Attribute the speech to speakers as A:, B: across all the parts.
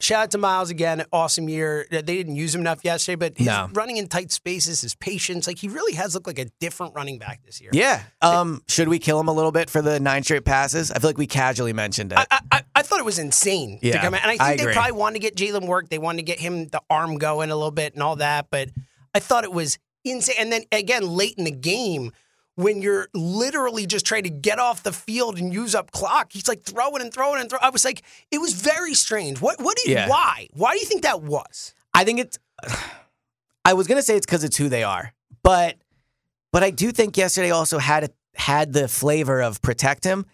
A: Shout out to Miles again. Awesome year. They didn't use him enough yesterday, but his
B: No.
A: running in tight spaces, his patience, like he really has looked like a different running back this year.
B: Yeah. Um, should we kill him a little bit for the nine straight passes? I feel like we casually mentioned it.
A: I, I- I, I thought it was insane to
B: Yeah,
A: come in. And I think
B: I
A: they
B: agree.
A: probably wanted to get Jalen work. They wanted to get him the arm going a little bit and all that. But I thought it was insane. And then again, late in the game, when you're literally just trying to get off the field and use up clock, he's like throwing and throwing and throwing. I was like, it was very strange. What, what, do you,
B: Yeah.
A: why? Why do you think that was?
B: I think it's. I was gonna say it's because it's who they are, but but I do think yesterday also had had the flavor of protect him.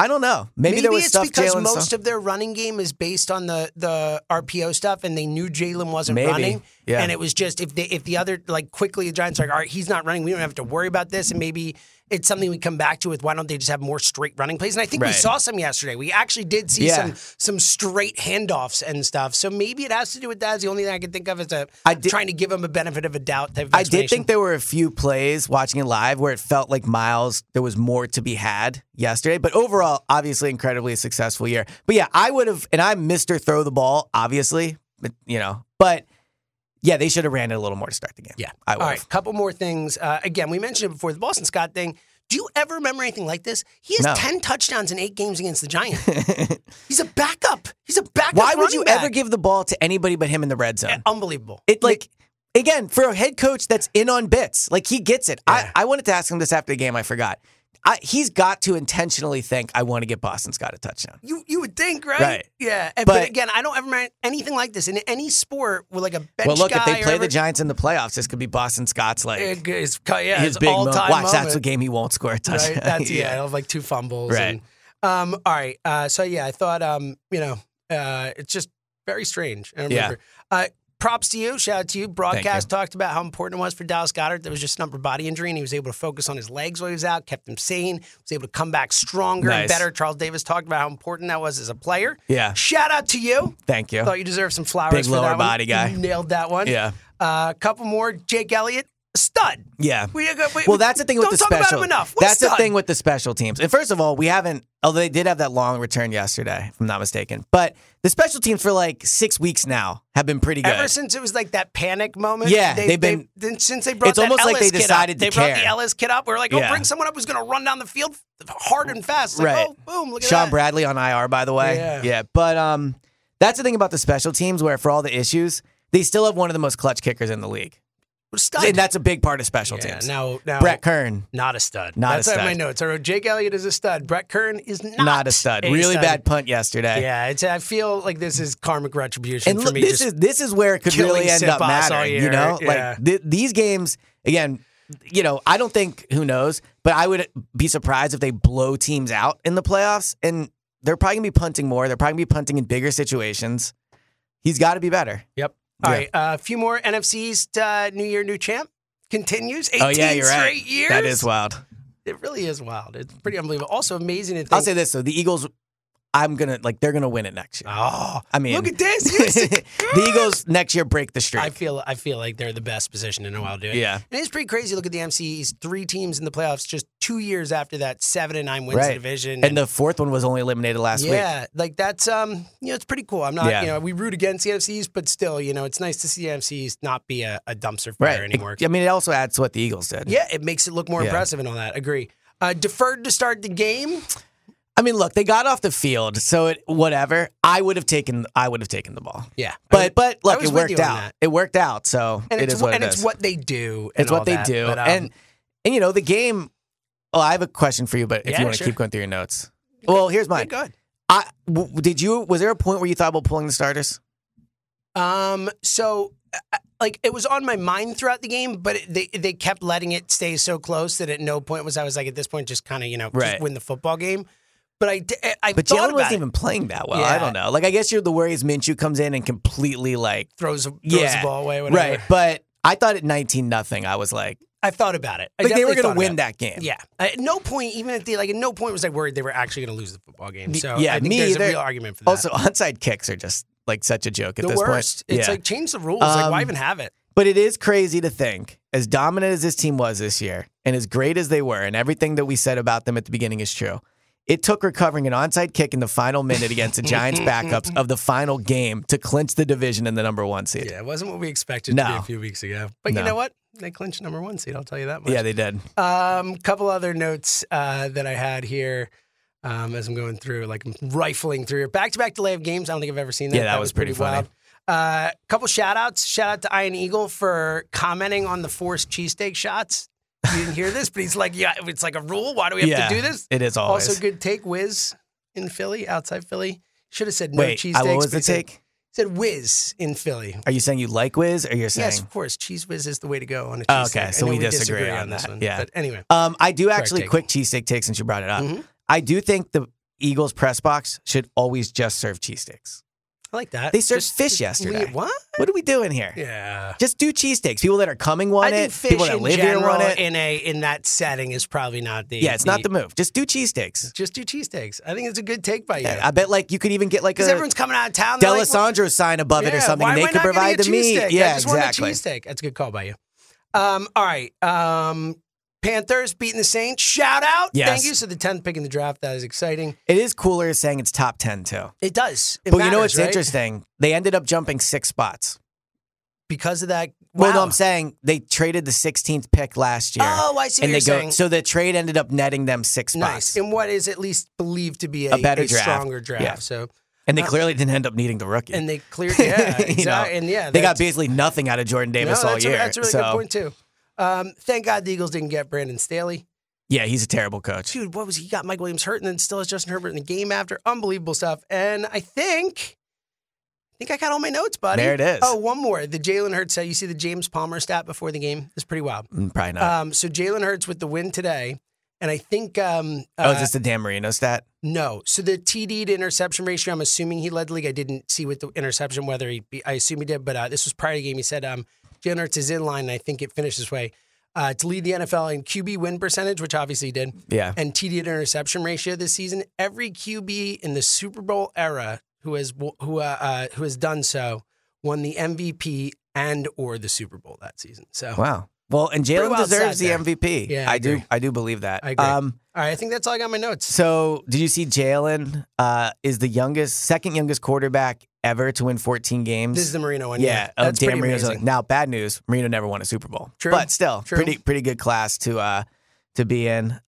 B: I don't know. Maybe, there was
A: it's
B: stuff
A: because
B: Jalen
A: most
B: saw.
A: of their running game is based on the the RPO stuff, and they knew Jalen wasn't
B: Maybe.
A: running.
B: Yeah.
A: And it was just if they, if the other like quickly the Giants are like, all right, he's not running, we don't have to worry about this, and maybe it's something we come back to with why don't they just have more straight running plays? And I think we
B: Right.
A: saw some yesterday. We actually did see
B: Yeah.
A: some some straight handoffs and stuff. So maybe it has to do with that. It's the only thing I can think of is a
B: I did-
A: trying to give him a benefit of a doubt. Type of
B: I did
A: explanation.
B: think there were a few plays watching it live where it felt like Miles there was more to be had yesterday, but overall, obviously, incredibly successful year. But yeah, I would have, and I'm Mister Throw the Ball, obviously, but you know, but yeah, they should have ran it a little more to start the game.
A: Yeah.
B: I would.
A: All
B: have.
A: right. Couple more things. Uh, again, we mentioned it before the Boston Scott thing. Do you ever remember anything like this? He has
B: No.
A: 10 touchdowns in eight games against the Giants. He's a backup. He's a backup.
B: Why would you
A: running back. Eh, oh,
B: ever give the ball to anybody but him in the red zone?
A: Unbelievable.
B: It like again for a head coach that's in on bits, like he gets it.
A: Yeah.
B: I, I wanted to ask him this after the game. I forgot. I, he's got to intentionally think I want to get Boston Scott a touchdown.
A: You you would think, right?
B: Right.
A: Yeah. And- but,
B: But-
A: again, I don't ever remember anything like this in any sport with like a bench
B: well, look
A: guy
B: if they
A: or
B: play the
A: whatever.
B: Giants in the playoffs, this could be Boston Scott's like
A: It- It's, yeah,
B: his
A: it's
B: big moment.
A: all-time
B: Watch, that's the
A: moment.
B: game he won't score a touchdown.
A: Right? That's yeah, I'll have like two fumbles.
B: Right.
A: And, um, all right. Uh, so yeah, I thought um, you know, uh, it's just very strange. I remember. Uh, props to you. Shout out to you. Broadcast talked about how important it was for Dallas Goddard. There was just an upper body injury, and he was able to focus on his legs while he was out, kept him sane, was able to come back stronger and
B: Nice.
A: better. Charles Davis talked about how important that was as a player.
B: Yeah.
A: Shout out to you.
B: Thank you.
A: Thought you deserved some flowers.
B: Big
A: for
B: lower
A: that one.
B: body guy.
A: You nailed that one.
B: Yeah.
A: A couple more. Jake Elliott, stud.
B: Yeah.
A: We, uh, we,
B: well, that's the thing with
A: don't
B: the
A: talk about
B: special.
A: him enough. What a
B: that's the
A: stud.
B: thing with the special teams. And first of all, we haven't. Although they did have that long return yesterday, if I'm not mistaken. But the special teams for like six weeks now have been pretty good.
A: Ever since it was like that panic moment,
B: Yeah,
A: they,
B: they've been-
A: they- then since they brought
B: It's
A: that
B: almost like
A: Ellis
B: they
A: kid
B: decided
A: up,
B: to
A: they brought the
B: care.
A: Ellis kid up. We are like, oh,
B: Yeah.
A: bring someone up who's going to run down the field hard and fast. It's Like,
B: Right.
A: oh, boom, look at
B: Sean
A: that.
B: Bradley on IR, by the way.
A: Yeah.
B: But um, that's the thing about the special teams, where for all the issues, they still have one of the most clutch kickers in the league,
A: stud.
B: and that's a big part of special
A: yeah,
B: teams.
A: now, now,
B: Brett Kern,
A: not a stud.
B: Not a
A: that's on my
B: stud.
A: notes. I wrote Jake Elliott is a stud. Brett Kern is not,
B: not, a stud. really
A: stud.
B: bad punt yesterday.
A: Yeah, it's, I feel like this is karmic retribution
B: And
A: for
B: look,
A: me.
B: this
A: just-
B: is this is where it could
A: killing
B: really end
A: Sip
B: up
A: Boss all
B: mattering.
A: year.
B: You know,
A: Yeah.
B: like th- these games again. You know, I don't think who knows, but I would be surprised if they blow teams out in the playoffs, and they're probably gonna be punting more. They're probably gonna be punting in bigger situations. He's got to be better.
A: Yep. All
B: Yeah.
A: right, uh, a few more NFCs. Uh, new year, new champ continues. 18
B: Oh yeah, you're
A: straight
B: right.
A: years.
B: That is wild.
A: It really is wild. It's pretty unbelievable. Also amazing to think.
B: I'll say this though: the Eagles, I'm gonna like they're gonna win it next year.
A: Oh,
B: I mean,
A: look at this. You're so
B: the Eagles next year break the streak.
A: I feel I feel like they're the best position in a while doing.
B: Yeah.
A: and it's pretty crazy. Look at the MCs, three teams in the playoffs, just two years after that, seven and nine wins the
B: Right.
A: division,
B: and the fourth one was only eliminated last week.
A: yeah, like that's um, you know, it's pretty cool. I'm not,
B: Yeah.
A: you know, we root against the MCs, but still, you know, it's nice to see the MCs not be a, a dumpster fire
B: Right.
A: anymore.
B: I mean, it also adds to what the Eagles did.
A: Yeah, it makes it look more
B: Yeah.
A: impressive and all that. Agree. Uh, deferred to start the game.
B: I mean, look, they got off the field, so it whatever. I would have taken. I would have taken the ball.
A: Yeah,
B: But but
A: I
B: look,
A: was
B: it
A: with
B: worked
A: you on
B: out.
A: that.
B: It worked out. So
A: and
B: it
A: it's
B: is what
A: and
B: it
A: it's
B: is.
A: what they do. and
B: it's what
A: all
B: they
A: that,
B: do.
A: but, um,
B: and and you know the game. Well, I have a question for you, but if
A: Yeah,
B: you want to
A: sure.
B: keep going through your notes, well, here's
A: yeah,
B: mine.
A: go ahead.
B: I w- did you? Was there a point where you thought about pulling the starters?
A: Um, so uh, uh, like it was on my mind throughout the game, but it, they they kept letting it stay so close that at no point was I was like at this point just kind of you know
B: Right.
A: just win the football game. But I di- I
B: But
A: thought
B: Jalen
A: about
B: wasn't
A: it.
B: even playing that well.
A: Yeah.
B: I don't know. Like I guess you're the worry is Minshew comes in and completely like
A: throws a- throws
B: Yeah.
A: the ball away. Whatever.
B: right. But I thought at 19 nothing, I was like,
A: I thought about it. I
B: like they
A: definitely
B: were gonna
A: thought
B: win
A: about
B: that game.
A: it. Yeah. At no point, even at the like, at no point was I worried they were actually going to lose the football game.
B: The-
A: So I
B: yeah,
A: think
B: me
A: there's
B: either.
A: a real argument for that.
B: Also, onside kicks are just like such a joke at
A: the
B: this
A: worst.
B: point.
A: It's
B: yeah.
A: like change the rules. like why
B: Um,
A: even have it?
B: But it is crazy to think, as dominant as this team was this year, and as great as they were, and everything that we said about them at the beginning is true. It took recovering an onside kick in the final minute against the Giants backups of the final game to clinch the division and the number one seed.
A: Yeah, it wasn't what we expected to be
B: No.
A: a few weeks ago. But you
B: No.
A: know what? They clinched number one seed. I'll tell you that much.
B: Yeah, they did.
A: Um, couple other notes uh, that I had here um, as I'm going through, like I'm rifling through your back-to-back delay of games. I don't think I've ever seen that.
B: Yeah, that was pretty funny.
A: wild. Uh, couple shout outs. Shout out to Iron Eagle for commenting on the forced cheesesteak shots. You didn't hear this, but he's like, yeah, it's like a rule. Why do we have
B: yeah,
A: to do this?
B: It is always.
A: Also, good take, Wiz in Philly, outside Philly. Should have said no
B: Wait,
A: cheesesteaks.
B: I, what was
A: but
B: the
A: he said-
B: take?
A: Said Wiz in Philly.
B: Are you saying you like Wiz or you're saying?
A: Yes, of course. Cheese Whiz is the way to go on a
B: Oh,
A: cheesesteak.
B: okay,
A: I
B: so
A: know
B: we disagree
A: on,
B: on
A: this
B: that,
A: one.
B: yeah.
A: But anyway.
B: Um, I do actually
A: take.
B: quick cheesesteak take since you brought it up.
A: Mhm.
B: I do think the Eagles press box should always just serve cheesesteaks.
A: I like that.
B: They served fish yesterday.
A: leave- What?
B: What are we doing here?
A: Yeah.
B: Just do cheesesteaks. People that are coming want
A: I
B: it.
A: think fish
B: people that
A: in
B: live
A: general
B: here want it.
A: in a in that setting is probably not the
B: yeah, it's not the move. Just do cheesesteaks.
A: just do cheesesteaks. I think it's a good take by you
B: Yeah, I bet like you could even get like a
A: because everyone's coming out of town. they're like,
B: Delisandro sign above it or
A: Yeah,
B: something.
A: Why
B: and
A: am
B: they
A: I
B: could
A: not gonna
B: provide
A: get
B: the meat.
A: cheesesteak? I
B: Yeah,
A: just
B: exactly.
A: want a cheesesteak. That's a good call by you. Um, all right. Um, Panthers beating the Saints. Shout out.
B: Yes.
A: Thank you. So the tenth pick in the draft. That is exciting.
B: It is cooler saying it's top ten too.
A: It does. It
B: but you know
A: matters,
B: what's
A: right?
B: interesting? They ended up jumping six spots.
A: Because of that.
B: Well, no,
A: wow.
B: I'm saying they traded the 16th pick last year.
A: Oh, I see what
B: and
A: you're
B: they go.
A: saying.
B: So the trade ended up netting them six
A: nice.
B: spots,
A: And what is at least believed to be a,
B: A better draft.
A: stronger draft.
B: Yeah.
A: So
B: and they clearly didn't end up needing the rookie.
A: and they cleared. Yeah,
B: You know,
A: exactly. And yeah,
B: they got
A: that's-
B: basically nothing out of Jordan Davis
A: no,
B: all
A: that's
B: year.
A: A, that's a really
B: so
A: good point too. Um, thank God the Eagles didn't get Brandon Staley.
B: yeah, he's a terrible coach.
A: Dude, what was he got Mike Williams hurt and then still has Justin Herbert in the game after? Unbelievable stuff. And I think, I think I got all my notes, buddy.
B: There it is.
A: Oh, one more. The Jalen Hurts. uh, You see the James Palmer stat before the game? It's pretty wild.
B: Mm, Probably not.
A: Um, so Jalen Hurts with the win today, and I think um,
B: oh,
A: uh,
B: is this the Dan Marino stat?
A: No. So the TD to interception ratio, I'm assuming he led the league. I didn't see with the interception whether he, I assume he did, but uh, this was prior to the game. He said, um, Jalen Hurts is in line, and I think it finished this way uh, to lead the NFL in QB win percentage, which obviously he did,
B: Yeah.
A: and TD to interception ratio this season. Every QB in the Super Bowl era who has who uh, uh, who has done so won the MVP and or the Super Bowl that season. So
B: Wow. Well, and
A: Pretty
B: Jalen
A: wild stat
B: deserves the
A: there.
B: MVP.
A: Yeah, I
B: I do.
A: agree.
B: I do believe that.
A: I agree.
B: Um,
A: all right, I think that's all I got in my notes.
B: so, did you see Jalen uh, is the youngest, second youngest quarterback ever to win 14 games?
A: This is the Marino one.
B: yeah, of
A: that's
B: Dan
A: pretty
B: Marino's. uh,
A: amazing.
B: Now, bad news: Marino never won a Super Bowl.
A: True.
B: but still,
A: True.
B: pretty pretty good class to uh, to be in.